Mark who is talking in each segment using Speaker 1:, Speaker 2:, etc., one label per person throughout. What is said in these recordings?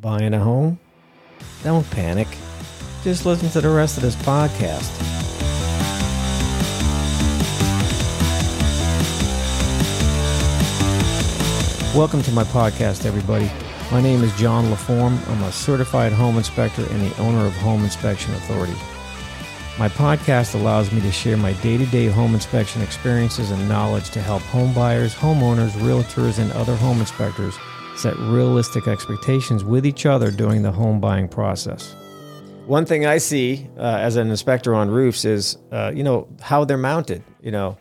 Speaker 1: buying a home? Don't panic. Just listen to the rest of this podcast. Welcome to my podcast, everybody. My name is John LaForme. I'm a certified home inspector and the owner of Home Inspection Authority. My podcast allows me to share my day to day home inspection experiences and knowledge to help home buyers, homeowners, realtors, and other home inspectors set realistic expectations with each other during the home buying process. One thing I see uh, as an inspector on roofs is, uh, you know, how they're mounted. You know,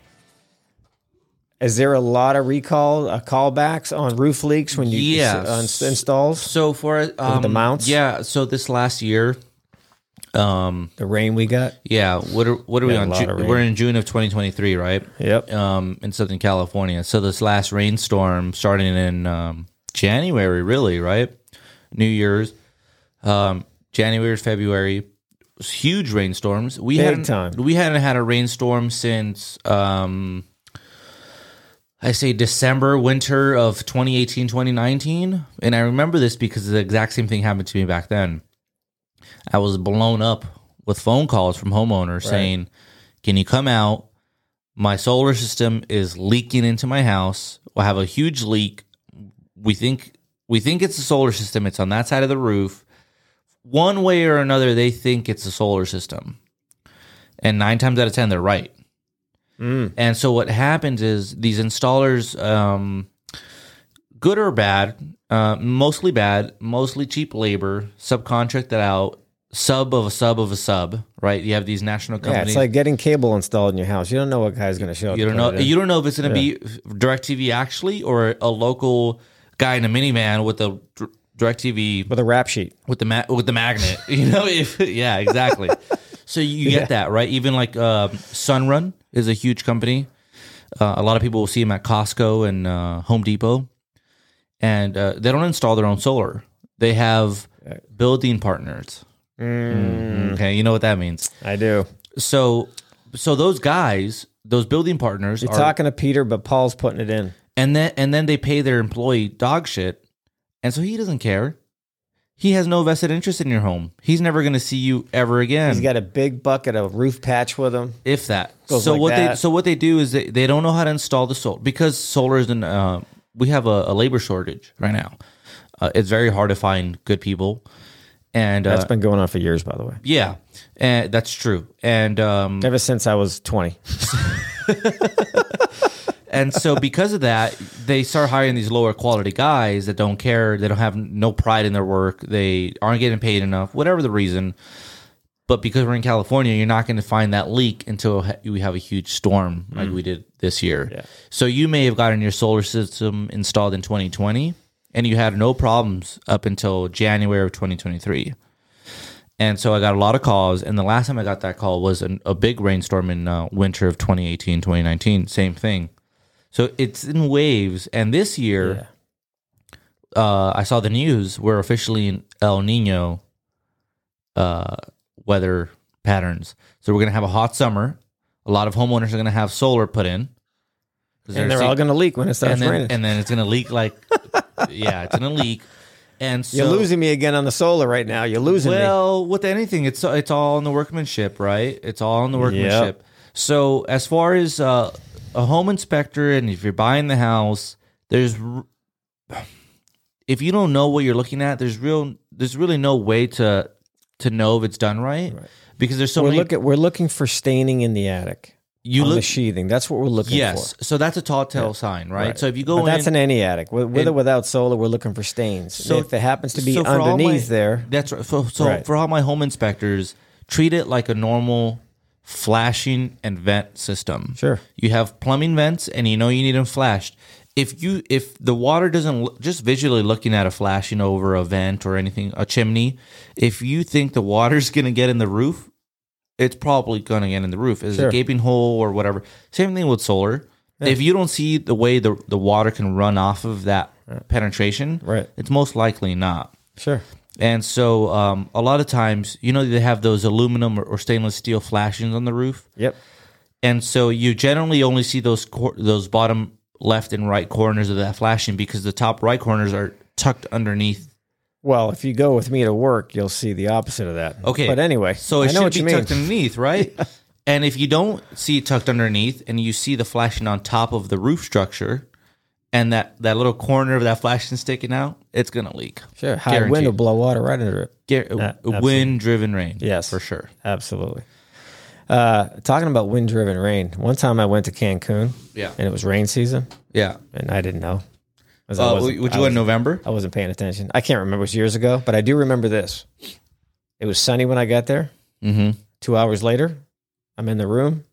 Speaker 1: is there a lot of recall uh, callbacks on roof leaks when you
Speaker 2: Yes.
Speaker 1: on s- uh, installs?
Speaker 2: So for um,
Speaker 1: the mounts?
Speaker 2: yeah. So this last year, um,
Speaker 1: The rain we got.
Speaker 2: yeah. What are what are we
Speaker 1: Yeah, a
Speaker 2: on?
Speaker 1: lot
Speaker 2: Ju-
Speaker 1: of rain.
Speaker 2: we're in June of 2023, right?
Speaker 1: Yep.
Speaker 2: Um, in Southern California. So this last rainstorm, starting in um, January, really, right? New Year's, um, January, February, huge rainstorms. We
Speaker 1: Big
Speaker 2: hadn't
Speaker 1: time.
Speaker 2: we hadn't had a rainstorm since. Um, I say December, winter of 2018, 2019. And I remember this because the exact same thing happened to me back then. I was blown up with phone calls from homeowners saying, Can you come out? My solar system is leaking into my house. I have a huge leak. We think we think it's the solar system. It's on that side of the roof. One way or another, they think it's the solar system. And nine times out of ten, they're right.
Speaker 1: Mm.
Speaker 2: And so what happens is these installers, um, good or bad, uh, mostly bad, mostly cheap labor, subcontract that out, sub of a sub of a sub, right? You have these national
Speaker 1: Yeah,
Speaker 2: companies.
Speaker 1: it's like getting cable installed in your house. You don't know what guy's going to show up.
Speaker 2: you
Speaker 1: to
Speaker 2: don't
Speaker 1: put
Speaker 2: know.
Speaker 1: it in.
Speaker 2: You don't know if it's going to be Directv actually or a local guy in a minivan with a Dir- Directv
Speaker 1: with a rap sheet.
Speaker 2: with the ma- with the magnet. You know, if yeah, exactly. so you get that right. Even like uh, Sunrun is a huge company. Uh, a lot of people will see them at Costco and uh, Home Depot, and uh, they don't install their own solar. They have building partners. Mm-hmm. Okay, you know what that means.
Speaker 1: I do.
Speaker 2: So, so those guys, those building partners,
Speaker 1: You're
Speaker 2: are,
Speaker 1: talking to Peter, but Paul's putting it in.
Speaker 2: and then and then they pay their employee dog shit, and so he doesn't care. He has no vested interest in your home. He's never going to see you ever again,
Speaker 1: He's got a big bucket of roof patch with him.
Speaker 2: if that.
Speaker 1: Goes
Speaker 2: So
Speaker 1: like
Speaker 2: what they
Speaker 1: that.
Speaker 2: so what they do is they, they don't know how to install the solar because solar is an uh, we have a, a labor shortage right now. Uh, it's very hard to find good people, and uh,
Speaker 1: That's been going on for years, by the way.
Speaker 2: yeah, and that's true. And um,
Speaker 1: Ever since I was 20.
Speaker 2: and so because of that, they start hiring these lower quality guys that don't care, they don't have no pride in their work, they aren't getting paid enough, whatever the reason. But because we're in California, you're not going to find that leak until ha- we have a huge storm like we did this year. So you may have gotten your solar system installed in 2020 and you had no problems up until January of 2023. And so I got a lot of calls. And the last time I got that call was an, a big rainstorm in uh, winter of 2018, 2019. Same thing. So it's in waves. And this year, uh, I saw the news. We're officially in El Nino uh, weather patterns. So we're going to have a hot summer. A lot of homeowners are going to have solar put in.
Speaker 1: And
Speaker 2: 'Cause they're
Speaker 1: they're
Speaker 2: see-
Speaker 1: all going to leak when it starts
Speaker 2: and then,
Speaker 1: raining.
Speaker 2: and then it's going to leak like, yeah, it's going to leak. And so
Speaker 1: You're losing me again on the solar right now. You're losing me.
Speaker 2: well, with anything, it's it's all in the workmanship, right? It's all in the workmanship. So as far as uh, a home inspector, and if you're buying the house, there's r- if you don't know what you're looking at, there's real there's really no way to to know if it's done right, because there's so
Speaker 1: We're,
Speaker 2: many.
Speaker 1: look we're looking for staining in the attic.
Speaker 2: you
Speaker 1: on the
Speaker 2: look
Speaker 1: sheathing. That's what we're looking
Speaker 2: yes,
Speaker 1: for.
Speaker 2: so that's a tall tale sign, right? So if you go
Speaker 1: But that's
Speaker 2: in.
Speaker 1: in any attic. With, with or without solar, we're looking for stains.
Speaker 2: So-
Speaker 1: if it happens to be
Speaker 2: so for all my-
Speaker 1: underneath there,
Speaker 2: that's right. So, so
Speaker 1: Right.
Speaker 2: for all my home inspectors, treat it like a normal flashing and vent system.
Speaker 1: Sure.
Speaker 2: You have plumbing vents, and you know you need them flashed. If you if the water doesn't look, just visually looking at a flashing over a vent or anything a chimney, if you think the water's gonna get in the roof, it's probably gonna get in the roof. Is
Speaker 1: Sure.
Speaker 2: a gaping hole or whatever. Same thing with solar. If you don't see the way the the water can run off of that penetration,
Speaker 1: Right.
Speaker 2: it's most likely not.
Speaker 1: sure.
Speaker 2: And so, um, a lot of times, you know, they have those aluminum or, or stainless steel flashings on the roof,
Speaker 1: Yep.
Speaker 2: and so you generally only see those cor- those bottom left and right corners of that flashing because the top right corners are tucked underneath
Speaker 1: Well, if you go with me to work, you'll see the opposite of that.
Speaker 2: Okay.
Speaker 1: But anyway,
Speaker 2: so
Speaker 1: I know
Speaker 2: it should
Speaker 1: what
Speaker 2: be
Speaker 1: you mean.
Speaker 2: tucked underneath, right? And if you don't see it tucked underneath, and you see the flashing on top of the roof structure, and that that little corner of that flashing sticking out, it's gonna leak.
Speaker 1: Sure. High wind
Speaker 2: Guaranteed.
Speaker 1: will blow water right under it.
Speaker 2: Gar-
Speaker 1: absolutely.
Speaker 2: wind-driven rain,
Speaker 1: Yes.
Speaker 2: for sure.
Speaker 1: Absolutely. Uh, talking about wind driven rain, one time I went to Cancun
Speaker 2: Yeah,
Speaker 1: and it was rain season
Speaker 2: yeah.
Speaker 1: and I didn't know. 'Cause I
Speaker 2: Uh, would
Speaker 1: wasn't-
Speaker 2: you
Speaker 1: I
Speaker 2: go in November?
Speaker 1: I wasn't paying attention. I can't remember. It was years ago, but I do remember this. It was sunny when I got there.
Speaker 2: Mm-hmm.
Speaker 1: Two hours later, I'm in the room,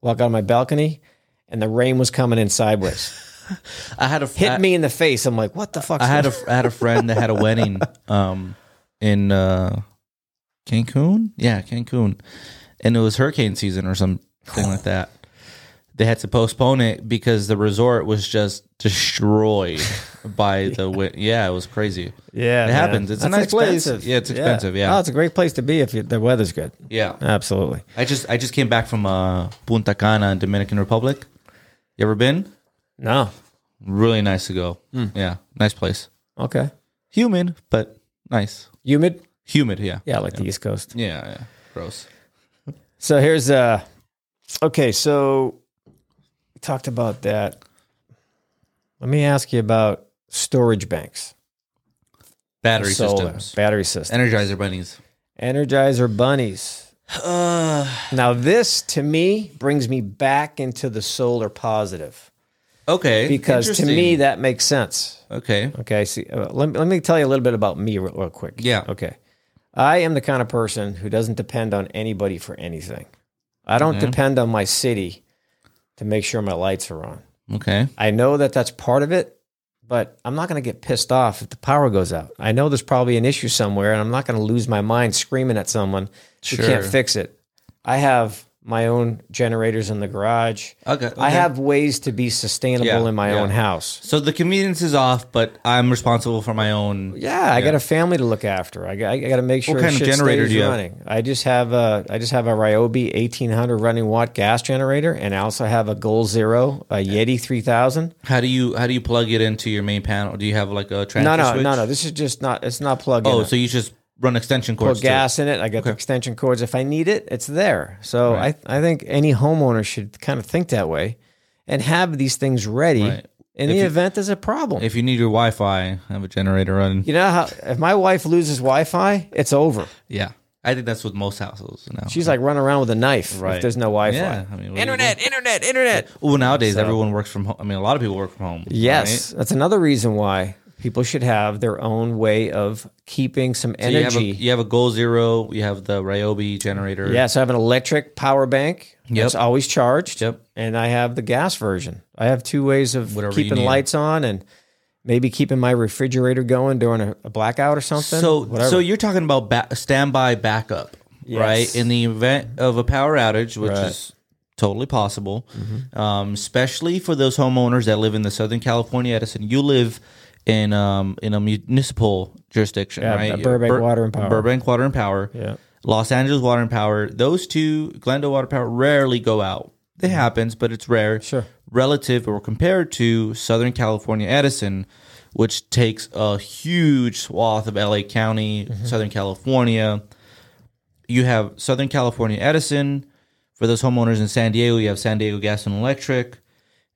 Speaker 1: walk out on my balcony, and the rain was coming in sideways.
Speaker 2: I had a
Speaker 1: Hit
Speaker 2: I-
Speaker 1: me in the face. I'm like, what the fuck?
Speaker 2: I had a I had a friend that had a wedding um in uh Cancun? Yeah, Cancun. And it was hurricane season or something like that. They had to postpone it because the resort was just destroyed by the wind. Yeah, it was crazy.
Speaker 1: yeah,
Speaker 2: It happens. It's a nice place. Yeah, it's expensive, yeah.
Speaker 1: Oh, it's a great place to be if you, the weather's good.
Speaker 2: Yeah.
Speaker 1: Absolutely.
Speaker 2: I just I just came back from uh Punta Cana in Dominican Republic. You ever been?
Speaker 1: No.
Speaker 2: Really nice to go. Yeah, nice place.
Speaker 1: Okay.
Speaker 2: Humid, but nice.
Speaker 1: Humid.
Speaker 2: Humid, yeah.
Speaker 1: Yeah, like the East Coast.
Speaker 2: Yeah, yeah. Gross.
Speaker 1: So here's uh okay, so we talked about that. Let me ask you about storage banks.
Speaker 2: Battery
Speaker 1: Solar,
Speaker 2: systems.
Speaker 1: Battery systems.
Speaker 2: Energizer bunnies.
Speaker 1: Energizer bunnies.
Speaker 2: Uh,
Speaker 1: Now this to me brings me back into the solar positive
Speaker 2: okay.
Speaker 1: because to
Speaker 2: Interesting.
Speaker 1: me that makes sense.
Speaker 2: okay.
Speaker 1: Okay, see uh, let, me- let me tell you a little bit about me real, real quick.
Speaker 2: Yeah.
Speaker 1: Okay. I am the kind of person who doesn't depend on anybody for anything. I
Speaker 2: Mm-hmm.
Speaker 1: don't depend on my city to make sure my lights are on.
Speaker 2: Okay.
Speaker 1: I know that that's part of it, but I'm not going to get pissed off if the power goes out. I know there's probably an issue somewhere, and I'm not going to lose my mind screaming at someone who can't
Speaker 2: Sure.
Speaker 1: fix it. I have my own generators in the garage.
Speaker 2: Okay. okay.
Speaker 1: I have ways to be sustainable
Speaker 2: Yeah,
Speaker 1: in my
Speaker 2: yeah.
Speaker 1: own house.
Speaker 2: So the convenience is off, but I'm responsible for my own.
Speaker 1: Yeah, I got a family to look after. I got, I got to make sure
Speaker 2: kind of
Speaker 1: shit
Speaker 2: generator
Speaker 1: stays
Speaker 2: do you have?
Speaker 1: running. I just have a I just have a Ryobi 1800 running watt gas generator, and I also have a Goal Zero, a Yeti 3000.
Speaker 2: How do you how do you plug it into your main panel? Do you have like a transfer
Speaker 1: No, no,
Speaker 2: switch?
Speaker 1: no, no. This is just not. It's not plugged in.
Speaker 2: Oh, so you just run extension
Speaker 1: Put
Speaker 2: cords. to it.
Speaker 1: gas in it. I got the extension cords. If I need it, it's there. So I I think any homeowner should kind of think that way, and have these things ready
Speaker 2: Right.
Speaker 1: in the event there's a problem.
Speaker 2: If you need your Wi-Fi, have a generator running.
Speaker 1: you know how if my wife loses Wi-Fi, it's over.
Speaker 2: Yeah, I think that's with most households now.
Speaker 1: She's like running around with a knife if
Speaker 2: Right.
Speaker 1: there's no Wi-Fi.
Speaker 2: yeah, I mean, what do you do?
Speaker 3: internet, internet.
Speaker 2: Well, nowadays everyone works from home. I mean, a lot of people work from home.
Speaker 1: Yes, that's another reason why people should have their own way of keeping some
Speaker 2: right? You have, a,
Speaker 1: energy.
Speaker 2: you have a Goal Zero. You have the Ryobi generator.
Speaker 1: Yes, I have an electric power bank.
Speaker 2: Yep.
Speaker 1: It's always charged.
Speaker 2: Yep.
Speaker 1: And I have the gas version. I have two ways of
Speaker 2: Whatever you
Speaker 1: keeping
Speaker 2: need.
Speaker 1: lights on and maybe keeping my refrigerator going during a, a blackout or something.
Speaker 2: So,
Speaker 1: whatever.
Speaker 2: so you're talking about ba- standby backup,
Speaker 1: Yes.
Speaker 2: right? In the event of a power outage, which
Speaker 1: Right. Mm-hmm.
Speaker 2: is totally possible, um, especially for those homeowners that live in the Southern California Edison. You live in um, in a municipal jurisdiction,
Speaker 1: Yeah,
Speaker 2: right?
Speaker 1: Burbank Water and Power.
Speaker 2: Burbank Water and Power.
Speaker 1: Yeah.
Speaker 2: Los Angeles Water and Power. Those two, Glendale Water and Power, rarely go out. It happens, but it's rare.
Speaker 1: Mm-hmm. Sure.
Speaker 2: Relative or compared to Southern California Edison, which takes a huge swath of LA County,
Speaker 1: Mm-hmm.
Speaker 2: Southern California. You have Southern California Edison. For those homeowners in San Diego, you have San Diego Gas and Electric.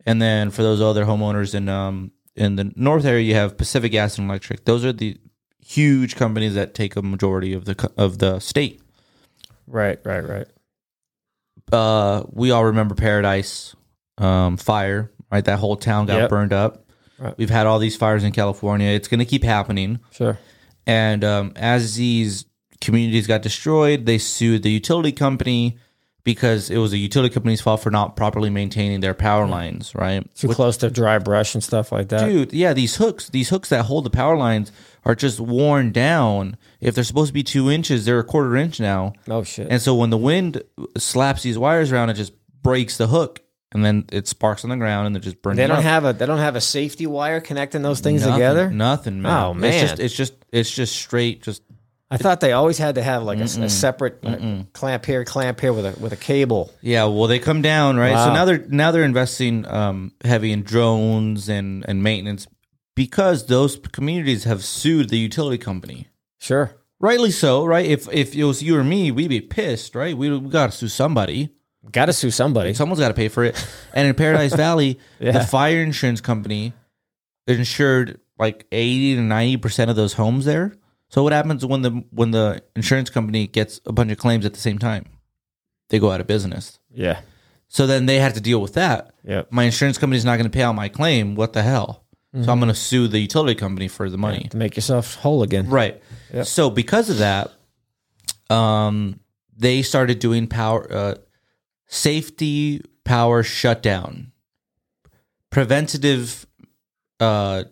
Speaker 2: And then for those other homeowners in um in the north area, you have Pacific Gas and Electric. Those are the huge companies that take a majority of the co- of the state.
Speaker 1: right, right, right.
Speaker 2: Uh, we all remember Paradise um, fire, right? That whole town got
Speaker 1: Yep.
Speaker 2: burned up.
Speaker 1: Right.
Speaker 2: We've had all these fires in California. It's going to keep happening.
Speaker 1: Sure.
Speaker 2: And um, as these communities got destroyed, they sued the utility company because it was a utility company's fault for not properly maintaining their
Speaker 1: Mm.
Speaker 2: power lines, right?
Speaker 1: Too close to dry brush and stuff like that.
Speaker 2: dude yeah these hooks these hooks that hold the power lines are just worn down if they're supposed to be two inches they're a quarter inch now
Speaker 1: Oh shit.
Speaker 2: and so when the wind slaps these wires around it just breaks the hook and then it sparks on the ground and they're just burning
Speaker 1: they don't
Speaker 2: up.
Speaker 1: have a they don't have a safety wire connecting those things
Speaker 2: nothing,
Speaker 1: together.
Speaker 2: nothing man.
Speaker 1: Oh,
Speaker 2: it's
Speaker 1: man.
Speaker 2: just it's just it's just straight just
Speaker 1: I thought they always had to have like a, a separate like, clamp here, clamp here with a with a cable.
Speaker 2: yeah well they come down right
Speaker 1: Wow.
Speaker 2: so now they're now they're investing um heavy in drones and and maintenance because those communities have sued the utility company.
Speaker 1: Sure.
Speaker 2: Rightly so, right? If if it was you or me, we'd be pissed, right? We, we got to sue somebody.
Speaker 1: Got to sue somebody.
Speaker 2: Someone's got to pay for it. And in Paradise Valley, the
Speaker 1: Yeah.
Speaker 2: fire insurance company insured like eighty to ninety percent of those homes there. So what happens when the when the insurance company gets a bunch of claims at the same time? They go out of business.
Speaker 1: Yeah.
Speaker 2: So then they have to deal with that.
Speaker 1: Yep.
Speaker 2: My insurance company's not going to pay out my claim. What the hell?
Speaker 1: Mm-hmm.
Speaker 2: So I'm going to sue the utility company for the money.
Speaker 1: To make yourself whole again.
Speaker 2: Right. So because of that, um, they started doing power uh, safety power shutdown, preventative uh,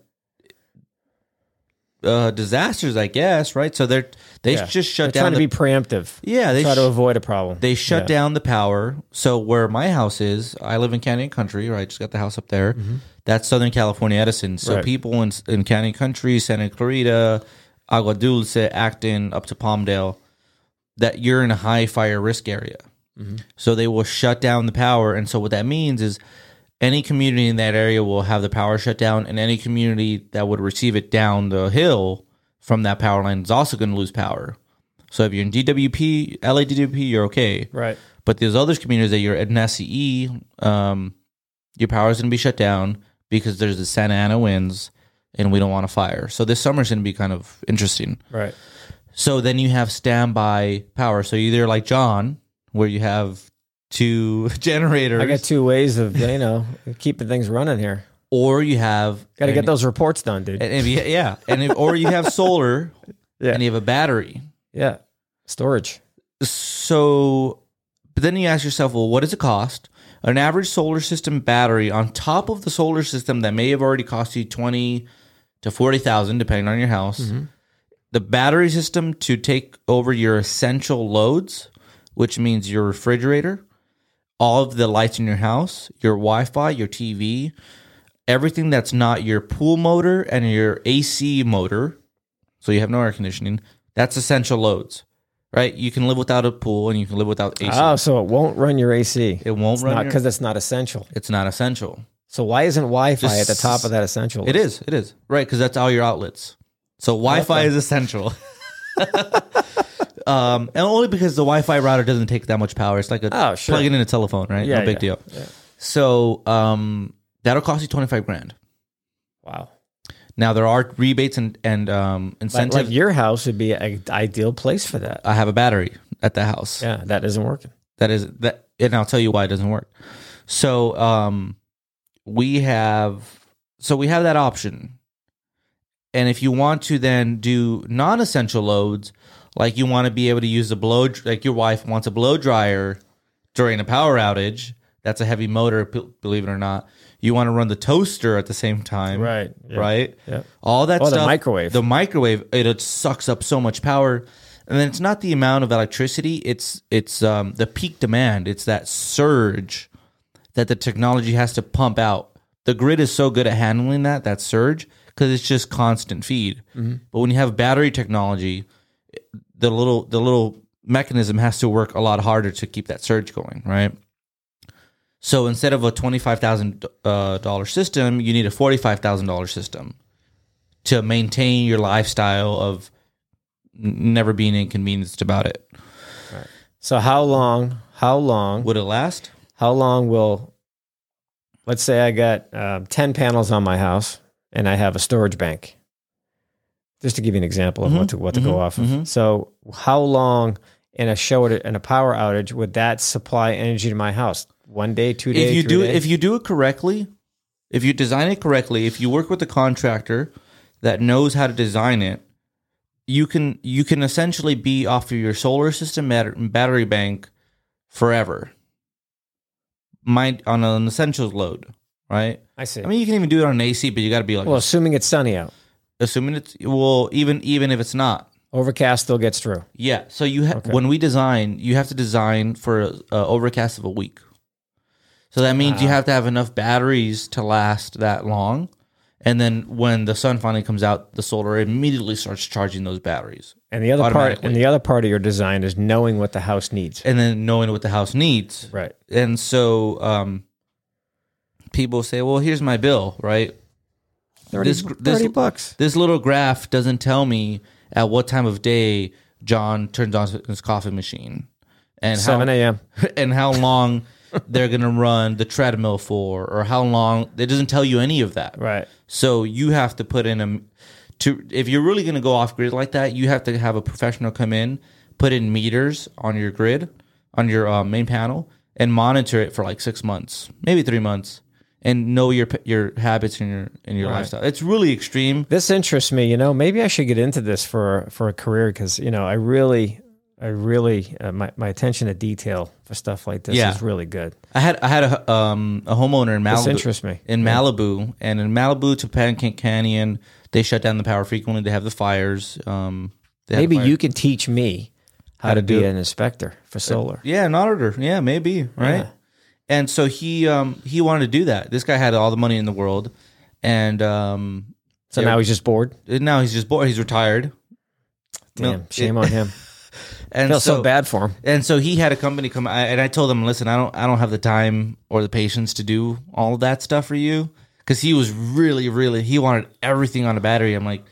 Speaker 2: uh, disasters. I guess right. So they're they
Speaker 1: Yeah.
Speaker 2: just shut
Speaker 1: They're
Speaker 2: down.
Speaker 1: trying
Speaker 2: the-
Speaker 1: to be preemptive.
Speaker 2: yeah, they
Speaker 1: Try
Speaker 2: sh-
Speaker 1: to avoid a problem.
Speaker 2: they shut down the power. So where my house is, I live in Canyon Country, or I just got the house up there. That's Southern California Edison. So
Speaker 1: Right.
Speaker 2: people in in Canyon Country, Santa Clarita, Agua Dulce, Acton, up to Palmdale, that you're in a high fire risk area. So they will shut down the power. And so what that means is any community in that area will have the power shut down, and any community that would receive it down the hill from that power line is also going to lose power. So if you're in DWP, LADWP, you're okay.
Speaker 1: Right.
Speaker 2: But there's other communities that you're in SCE, um, your power's going to be shut down because there's the Santa Ana winds and we don't want a fire. So this summer's going to be kind of interesting.
Speaker 1: Right.
Speaker 2: So then you have standby power. So either like John, where you have two generators,
Speaker 1: I got two ways of you know keeping things running here.
Speaker 2: or you have
Speaker 1: Got to
Speaker 2: and-
Speaker 1: get those reports done, dude.
Speaker 2: and if you- yeah, and if, or you have solar,
Speaker 1: Yeah.
Speaker 2: and you have a battery.
Speaker 1: yeah. Storage.
Speaker 2: So, but then you ask yourself, well, what does it cost? An average solar system battery on top of the solar system that may have already cost you twenty to forty thousand, depending on your house. The battery system to take over your essential loads, which means your refrigerator, all of the lights in your house, your Wi-Fi, your TV, everything that's not your pool motor and your AC motor. So you have no air conditioning. That's essential loads, right? You can live without a pool and you can live without AC.
Speaker 1: Oh, so it won't run your AC.
Speaker 2: it won't
Speaker 1: It's
Speaker 2: run
Speaker 1: not
Speaker 2: your-
Speaker 1: because it's not essential.
Speaker 2: it's not essential.
Speaker 1: So why isn't Wi-Fi at the
Speaker 2: Just-
Speaker 1: top of that essential?
Speaker 2: It
Speaker 1: list?
Speaker 2: is. It is. Right. Because that's all your outlets. So Wi Fi is essential. um, and only because the Wi Fi router doesn't take that much power. It's like a
Speaker 1: Oh, sure.
Speaker 2: plugging in a telephone, right?
Speaker 1: Yeah,
Speaker 2: no big
Speaker 1: yeah,
Speaker 2: deal. So um, that'll cost you 25 grand.
Speaker 1: Wow.
Speaker 2: Now, there are rebates and, and um,
Speaker 1: Like,
Speaker 2: incentives.
Speaker 1: like your house would be an ideal place for that.
Speaker 2: I have a battery at the house.
Speaker 1: Yeah, that isn't working.
Speaker 2: That is that, and I'll tell you why it doesn't work. So, um, we have so we have that option, and if you want to then do non-essential loads, like you want to be able to use the blow, like your wife wants a blow dryer during a power outage. That's a heavy motor, b- believe it or not. You want to run the toaster at the same time,
Speaker 1: Right. Yeah.
Speaker 2: Right.
Speaker 1: Yeah.
Speaker 2: All that
Speaker 1: Oh, the
Speaker 2: stuff.
Speaker 1: microwave.
Speaker 2: The microwave. It, it sucks up so much power, and then it's not the amount of electricity. It's it's um, the peak demand. It's that surge that the technology has to pump out. The grid is so good at handling that that surge because it's just constant feed.
Speaker 1: Mm-hmm.
Speaker 2: But when you have battery technology, the little the little mechanism has to work a lot harder to keep that surge going, right? So instead of a twenty five thousand uh, dollar system, you need a forty five thousand dollar system to maintain your lifestyle of n- never being inconvenienced about it.
Speaker 1: So how long? How long?
Speaker 2: Would it last?
Speaker 1: How long will? Let's say I got um, ten panels on my house, and I have a storage bank. Just to give you an example of what to what to
Speaker 2: Mm-hmm,
Speaker 1: go off of. So how long in a show in a power outage would that supply energy to my house? One day, two days.
Speaker 2: if you
Speaker 1: three
Speaker 2: do
Speaker 1: days?
Speaker 2: if you do it correctly, if you design it correctly, if you work with a contractor that knows how to design it, you can you can essentially be off of your solar system bat- battery bank forever. Mind on an essentials load, right?
Speaker 1: I see.
Speaker 2: I mean, you can even do it on an AC, but you got to be like,
Speaker 1: well, assuming it's sunny out,
Speaker 2: assuming it's well, even even if it's not,
Speaker 1: overcast still gets through.
Speaker 2: Yeah. So you ha- when we design, you have to design for a, a overcast of a week. So that means you have to have enough batteries to last that long, and then when the sun finally comes out, the solar immediately starts charging those batteries,
Speaker 1: And the other part and
Speaker 2: Automatically. Eh,
Speaker 1: the other part of your design is knowing what the house needs.
Speaker 2: and then knowing what the house needs.
Speaker 1: Right.
Speaker 2: And so um, people say, "Well, here's my bill," right?
Speaker 1: 30,
Speaker 2: this- this-
Speaker 1: 30 bucks.
Speaker 2: This little graph doesn't tell me at what time of day John turns on his coffee machine and how-
Speaker 1: 7 a.m.
Speaker 2: and how long they're going to run the treadmill for or how long it doesn't tell you any of that
Speaker 1: Right.
Speaker 2: so you have to put in a to if you're really going to go off grid like that you have to have a professional come in put in meters on your grid on your uh, main panel and monitor it for like six months maybe three months and know your your habits and your and your lifestyle it's really extreme
Speaker 1: This interests me. You know, maybe I should get into this for for a career because you know I really, I really uh, my my attention to detail for stuff like this
Speaker 2: Yeah.
Speaker 1: is really good.
Speaker 2: I had I had a um, a homeowner in Malibu.
Speaker 1: interests me.
Speaker 2: In Malibu, and in Malibu to Pancake Canyon, they shut down the power frequently. They have the fires. Um, they have
Speaker 1: Maybe
Speaker 2: fire-
Speaker 1: you can teach me how, to, be an inspector for
Speaker 2: Uh,
Speaker 1: solar.
Speaker 2: yeah, an auditor. Yeah, maybe right. And so he um, he wanted to do that. This guy had all the money in the world, and um,
Speaker 1: So now he's just bored.
Speaker 2: now he's just bored. He's retired.
Speaker 1: Damn,
Speaker 2: No,
Speaker 1: shame on him.
Speaker 2: And
Speaker 1: Feel so, bad for him.
Speaker 2: And so he had a company come, I- and I told him, "Listen, I don't, I don't have the time or the patience to do all of that stuff for you." Because he was really, really, he wanted everything on a battery. I'm like,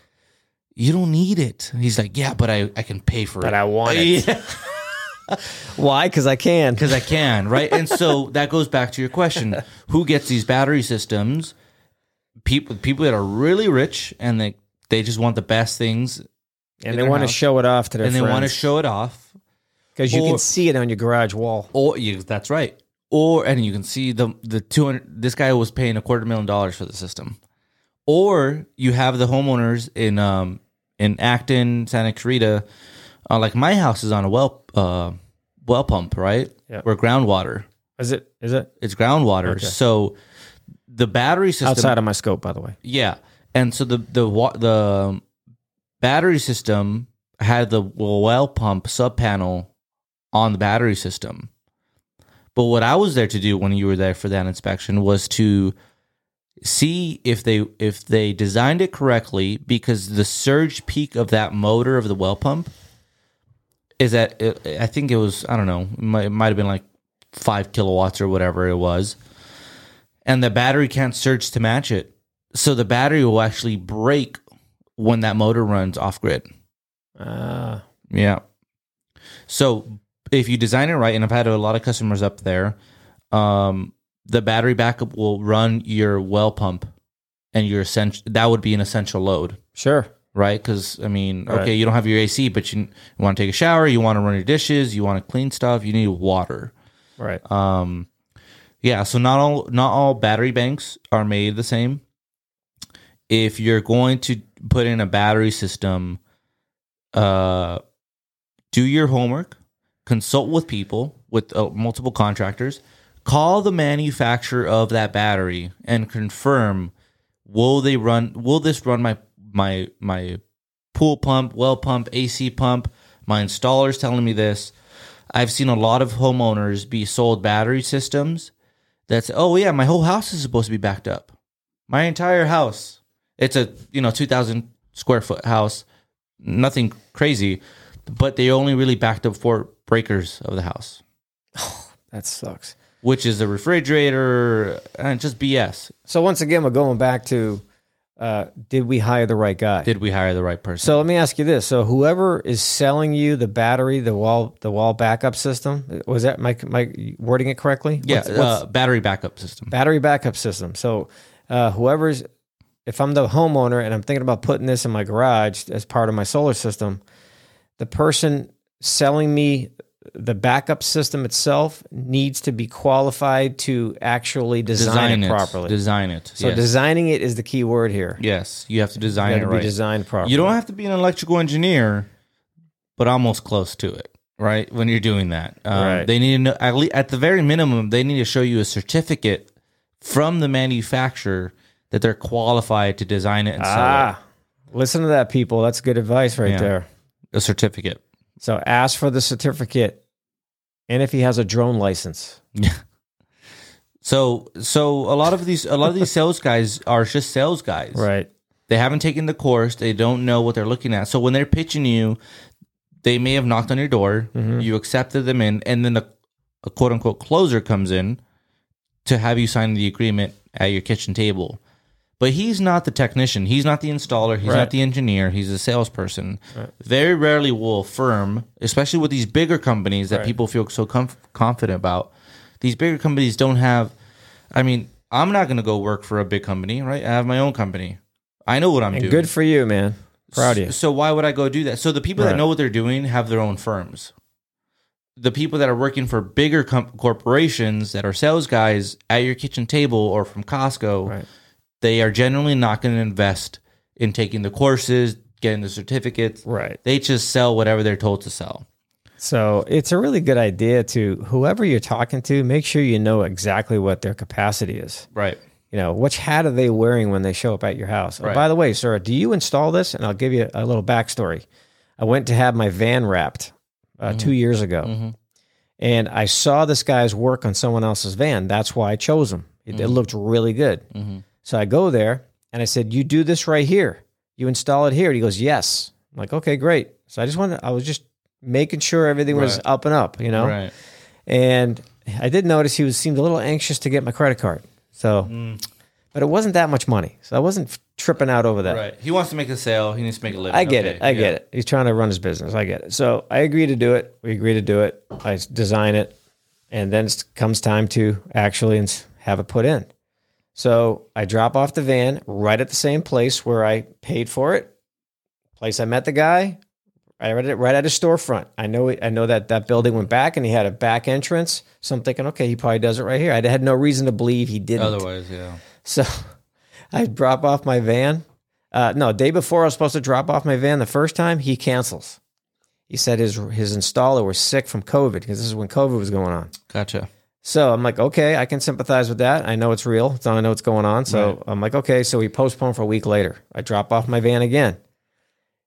Speaker 2: "You don't need it." And he's like, "Yeah, but I, I can pay for
Speaker 1: But
Speaker 2: it."
Speaker 1: I want it. Why? Because I can.
Speaker 2: because I can, right? and so that goes back to your question: Who gets these battery systems? People, people that are really rich and they they just want the best things,
Speaker 1: And
Speaker 2: in
Speaker 1: they
Speaker 2: their
Speaker 1: want to
Speaker 2: house.
Speaker 1: show it off to their
Speaker 2: and they want to
Speaker 1: friends
Speaker 2: show it off.
Speaker 1: because you can
Speaker 2: or-
Speaker 1: see it on your garage wall.
Speaker 2: Or you, that's right. Or and you can see the the two hundred. This guy was paying a quarter million dollars for the system. Or you have the homeowners in um in Acton, Santa Clarita. Uh, like my house is on a well uh well pump, right?
Speaker 1: Yeah.
Speaker 2: We're groundwater.
Speaker 1: Is it? Is it
Speaker 2: It's groundwater.
Speaker 1: Okay.
Speaker 2: So the battery system
Speaker 1: outside of my scope? By the way,
Speaker 2: yeah, and so the the wa- the battery system had the well pump sub panel on the battery system. But what I was there to do when you were there for that inspection was to see if they if they designed it correctly because the surge peak of that motor of the well pump is at I think it was I don't know it might, it might have been like five kilowatts or whatever it was, and the battery can't surge to match it so the battery will actually break when that motor runs off grid.
Speaker 1: uh,
Speaker 2: Yeah. So if you design it right, and I've had a lot of customers up there, um, the battery backup will run your well pump, and your essential that would be an essential load,
Speaker 1: sure.
Speaker 2: right? Because I mean,
Speaker 1: Right.
Speaker 2: okay, you don't have your AC, but you, want to take a shower, you want to run your dishes, you want to clean stuff, you need water.
Speaker 1: Right.
Speaker 2: Um, yeah, so not all not all battery banks are made the same. If you're going to put in a battery system, uh, do your homework, consult with people with uh, multiple contractors, call the manufacturer of that battery and confirm will they run will this run my my my pool pump, well pump, AC pump. My installer's telling me this. I've seen a lot of homeowners be sold battery systems that's oh yeah, my whole house is supposed to be backed up. My entire house. It's a you know, two thousand square foot house. Nothing crazy. But they only really backed up four breakers of the house,
Speaker 1: That sucks.
Speaker 2: which is the refrigerator and just BS.
Speaker 1: So once again, we're going back to uh, did we hire the right guy?
Speaker 2: Did we hire the right person?
Speaker 1: so let me ask you this: so whoever is selling you the battery, the wall, the wall backup system, was that my my wording it correctly?
Speaker 2: yeah,
Speaker 1: What's- what's-
Speaker 2: uh, battery backup system.
Speaker 1: battery backup system. So uh, whoever's, if I'm the homeowner and I'm thinking about putting this in my garage as part of my solar system, the person selling me the backup system itself needs to be qualified to actually design, it, properly.
Speaker 2: Design it.
Speaker 1: so
Speaker 2: yes.
Speaker 1: designing it is the key word here.
Speaker 2: Yes, you have to
Speaker 1: It
Speaker 2: design
Speaker 1: had
Speaker 2: it
Speaker 1: to be
Speaker 2: right.
Speaker 1: designed properly.
Speaker 2: You don't have to be an electrical engineer, but almost close to it, right? When you're doing that, um,
Speaker 1: Right.
Speaker 2: they need to know, at, le- at the very minimum, they need to show you a certificate from the manufacturer that they're qualified to design it and sell
Speaker 1: ah, listen to that, people. That's good advice right
Speaker 2: Yeah.
Speaker 1: there.
Speaker 2: it. A certificate.
Speaker 1: So ask for the certificate, and if he has a drone license,
Speaker 2: So, so a lot of these, a lot of these sales guys are just sales guys,
Speaker 1: right?
Speaker 2: They haven't taken the course. They don't know what they're looking at. So when they're pitching you, they may have knocked on your door.
Speaker 1: Mm-hmm.
Speaker 2: You accepted them in, and then a, a quote unquote closer comes in to have you sign the agreement at your kitchen table. But he's not the technician. He's not the installer. He's
Speaker 1: Right.
Speaker 2: not the engineer. He's a salesperson. Very rarely will a firm, especially with these bigger companies that
Speaker 1: Right.
Speaker 2: people feel so comf- confident about, these bigger companies don't have. I mean, I'm not going to go work for a big company, right? I have my own company. I know what I'm
Speaker 1: And
Speaker 2: doing.
Speaker 1: good for you, man. Proud of you.
Speaker 2: So why would I go do that? So the people
Speaker 1: Right.
Speaker 2: that know what they're doing have their own firms. The people that are working for bigger com- corporations that are sales guys at your kitchen table or from Costco,
Speaker 1: Right.
Speaker 2: they are generally not going to invest in taking the courses, getting the certificates.
Speaker 1: Right.
Speaker 2: They just sell whatever they're told to sell.
Speaker 1: So it's a really good idea to whoever you're talking to, make sure you know exactly what their capacity is.
Speaker 2: Right.
Speaker 1: You know, which hat are they wearing when they show up at your house? Oh,
Speaker 2: Right.
Speaker 1: by the way, sir, do you install this? And I'll give you a little backstory. I went to have my van wrapped uh,
Speaker 2: Mm-hmm.
Speaker 1: two years ago, and I saw this guy's work on someone else's van. That's why I chose him. It,
Speaker 2: Mm-hmm.
Speaker 1: it looked really good. So I go there and I said, "You do this right here. You install it here." And he goes, "Yes." I'm like, "Okay, great." So I just wanted, I was just making sure everything was
Speaker 2: Right.
Speaker 1: up and up, you know.
Speaker 2: Right.
Speaker 1: And I did notice he was seemed a little anxious to get my credit card. So, but it wasn't that much money, so I wasn't f- tripping out over that.
Speaker 2: Right. He wants to make a sale. He needs to make a living.
Speaker 1: I get
Speaker 2: Okay.
Speaker 1: it. I
Speaker 2: Yeah.
Speaker 1: get it. He's trying to run his business. I get it. So I agree to do it. We agree to do it. I s- design it, and then it comes time to actually ins- have it put in. So I drop off the van right at the same place where I paid for it. Place I met the guy. I read it right at his storefront. I know. I know that that building went back, and he had a back entrance. So I'm thinking, okay, he probably does it right here. I had no reason to believe he didn't.
Speaker 2: Otherwise, yeah.
Speaker 1: So I drop off my van. Uh, no, day before I was supposed to drop off my van the first time, he cancels. He said his his installer was sick from COVID because this is when COVID was going on.
Speaker 2: Gotcha.
Speaker 1: So I'm like, okay, I can sympathize with that. I know it's real. So I know what's going on. So
Speaker 2: Right.
Speaker 1: I'm like, okay. So we postpone for a week later. I drop off my van again.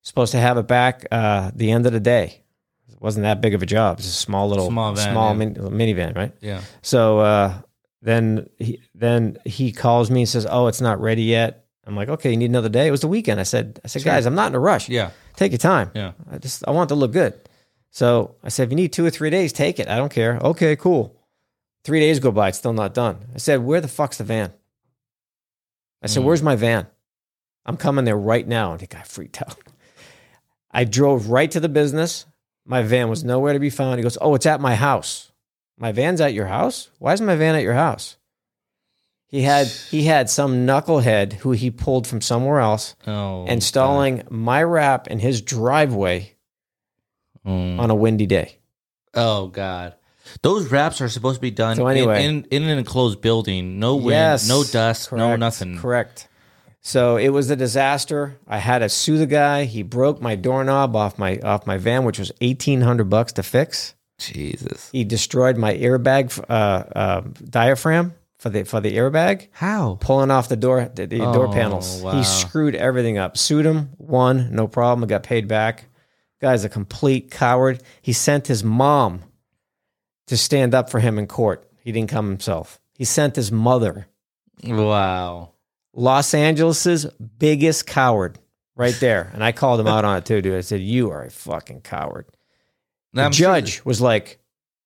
Speaker 1: Supposed to have it back uh, the end of the day. It wasn't that big of a job. It's a small little
Speaker 2: Small
Speaker 1: small,
Speaker 2: van, yeah.
Speaker 1: min- minivan, right?
Speaker 2: Yeah.
Speaker 1: So uh, then he then he calls me and says, "Oh, it's not ready yet." I'm like, "Okay, you need another day." It was the weekend. I said, "I said, guys, I'm not in a rush.
Speaker 2: Yeah.
Speaker 1: Take your time.
Speaker 2: Yeah.
Speaker 1: I just I want it to look good." So I said, "If you need two or three days, take it. I don't care." Okay, cool. Three days go by, it's still not done. I said, "Where the fuck's the van?" I said,
Speaker 2: Mm.
Speaker 1: "Where's my van?" I'm coming there right now, and the guy freaked out. I drove right to the business. My van was nowhere to be found. He goes, "Oh, it's at my house." my van's at your house why is my van at your house he had he had some knucklehead who he pulled from somewhere else
Speaker 2: Oh.
Speaker 1: installing my wrap in his driveway
Speaker 2: Mm.
Speaker 1: on a windy day
Speaker 2: Oh God. Those wraps are supposed to be done
Speaker 1: So
Speaker 2: in-
Speaker 1: anyway.
Speaker 2: in, in, an enclosed building. No wind,
Speaker 1: Yes,
Speaker 2: no dust, no
Speaker 1: correct,
Speaker 2: nothing.
Speaker 1: correct so it was a disaster i had to sue the guy he broke my doorknob off my off my van which was 1800 bucks to fix
Speaker 2: Jesus.
Speaker 1: he destroyed my airbag uh, uh, diaphragm for the for the airbag
Speaker 2: How?
Speaker 1: pulling off the door the, the door
Speaker 2: Oh,
Speaker 1: panels.
Speaker 2: wow.
Speaker 1: He screwed everything up. Sued him, won, no problem. Got paid back. Guy's a complete coward. He sent his mom to stand up for him in court. He didn't come himself. He sent his mother.
Speaker 2: Wow.
Speaker 1: Los Angeles's biggest coward, right there. And I called him out on it too, dude. I said, "You are a fucking coward." The
Speaker 2: I'm sure-
Speaker 1: judge was like,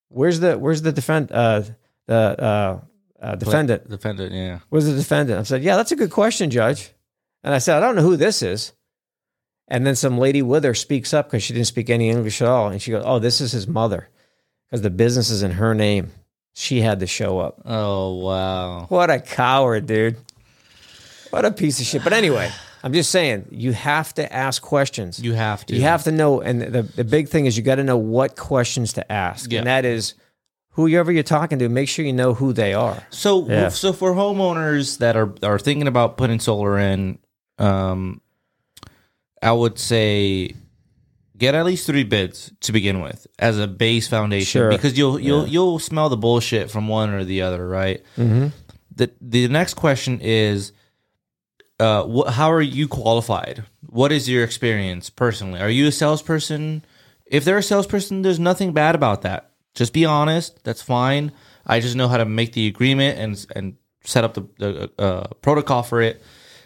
Speaker 1: "Where's the where's the defend uh the uh, uh defendant?"
Speaker 2: Defendant. Yeah.
Speaker 1: was the defendant. I said, Yeah, that's a good question, Judge. And I said, I don't know who this is. And then some lady with her speaks up because she didn't speak any English at all. And she goes, Oh, this is his mother because the business is in her name. She had to show up.
Speaker 2: Oh wow.
Speaker 1: What a coward, dude. What a piece of shit. But anyway, I'm just saying, you have to ask questions.
Speaker 2: You have to.
Speaker 1: You have to know, and the, the big thing is you got to know what questions to ask.
Speaker 2: Yeah.
Speaker 1: And that is whoever you're talking to, make sure you know who they are.
Speaker 2: So
Speaker 1: Yeah.
Speaker 2: so for homeowners that are are thinking about putting solar in, um, I would say get at least three bids to begin with as a base foundation
Speaker 1: Sure.
Speaker 2: because you'll you'll you'll smell the bullshit from one or the other, right?
Speaker 1: Mm-hmm.
Speaker 2: the the next question is uh wh- how are you qualified what is your experience personally are you a salesperson if they're a salesperson there's nothing bad about that just be honest that's fine i just know how to make the agreement and and set up the, the uh, protocol for it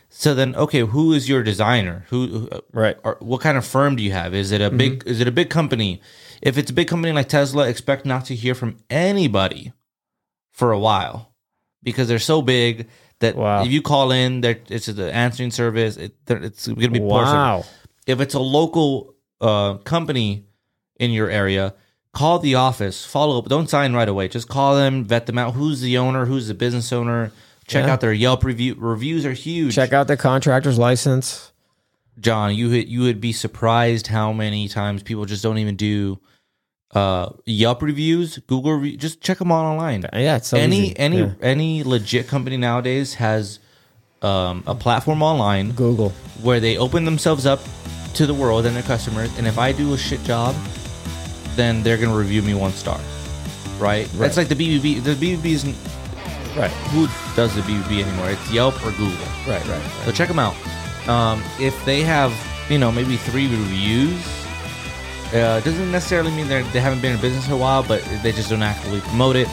Speaker 2: so then okay who is your designer who who-
Speaker 1: Right.
Speaker 2: or what kind of firm do you have? Is it a big is it a big company? If it's a big company like Tesla, expect not to hear from anybody for a while because they're so big That
Speaker 1: Wow.
Speaker 2: if you call in, there it's the answering service. It, there- it's going to be poor service.
Speaker 1: wow.
Speaker 2: If it's a local uh, company in your area, call the office. Follow up. Don't sign right away. Just call them, vet them out. Who's the owner? Who's the business owner? Check
Speaker 1: Yeah.
Speaker 2: out their Yelp review. Reviews are huge.
Speaker 1: Check out the contractor's license.
Speaker 2: John, you hit, you would be surprised how many times people just don't even do uh, Yelp reviews, Google review. Just check them all online.
Speaker 1: Yeah, it's so
Speaker 2: any
Speaker 1: easy.
Speaker 2: any
Speaker 1: Yeah.
Speaker 2: any legit company nowadays has um, a platform online
Speaker 1: Google.
Speaker 2: where they open themselves up to the world and their customers. And if I do a shit job, then they're gonna review me one star, right? That's like the BBB. The BBB isn't
Speaker 1: Right.
Speaker 2: who does the BBB anymore. It's Yelp or Google.
Speaker 1: Right. Right.
Speaker 2: So check them out. Um, if they have, you know, maybe three reviews, uh, doesn't necessarily mean they they haven't been in business for a while, but they just don't actively promote it.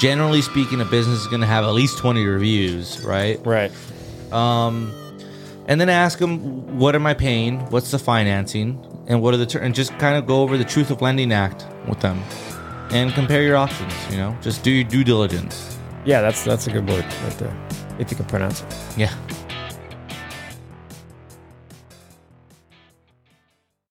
Speaker 2: Generally speaking, a business is going to have at least 20 reviews, right? Um,
Speaker 1: Right.
Speaker 2: And then ask them, what am I paying? What's the financing? And what are the terms? And just kind of go over the Truth of Lending Act with them and compare your options, you know? Just do your due diligence.
Speaker 1: Yeah, that's that's a good word right there. If you can pronounce it.
Speaker 2: Yeah.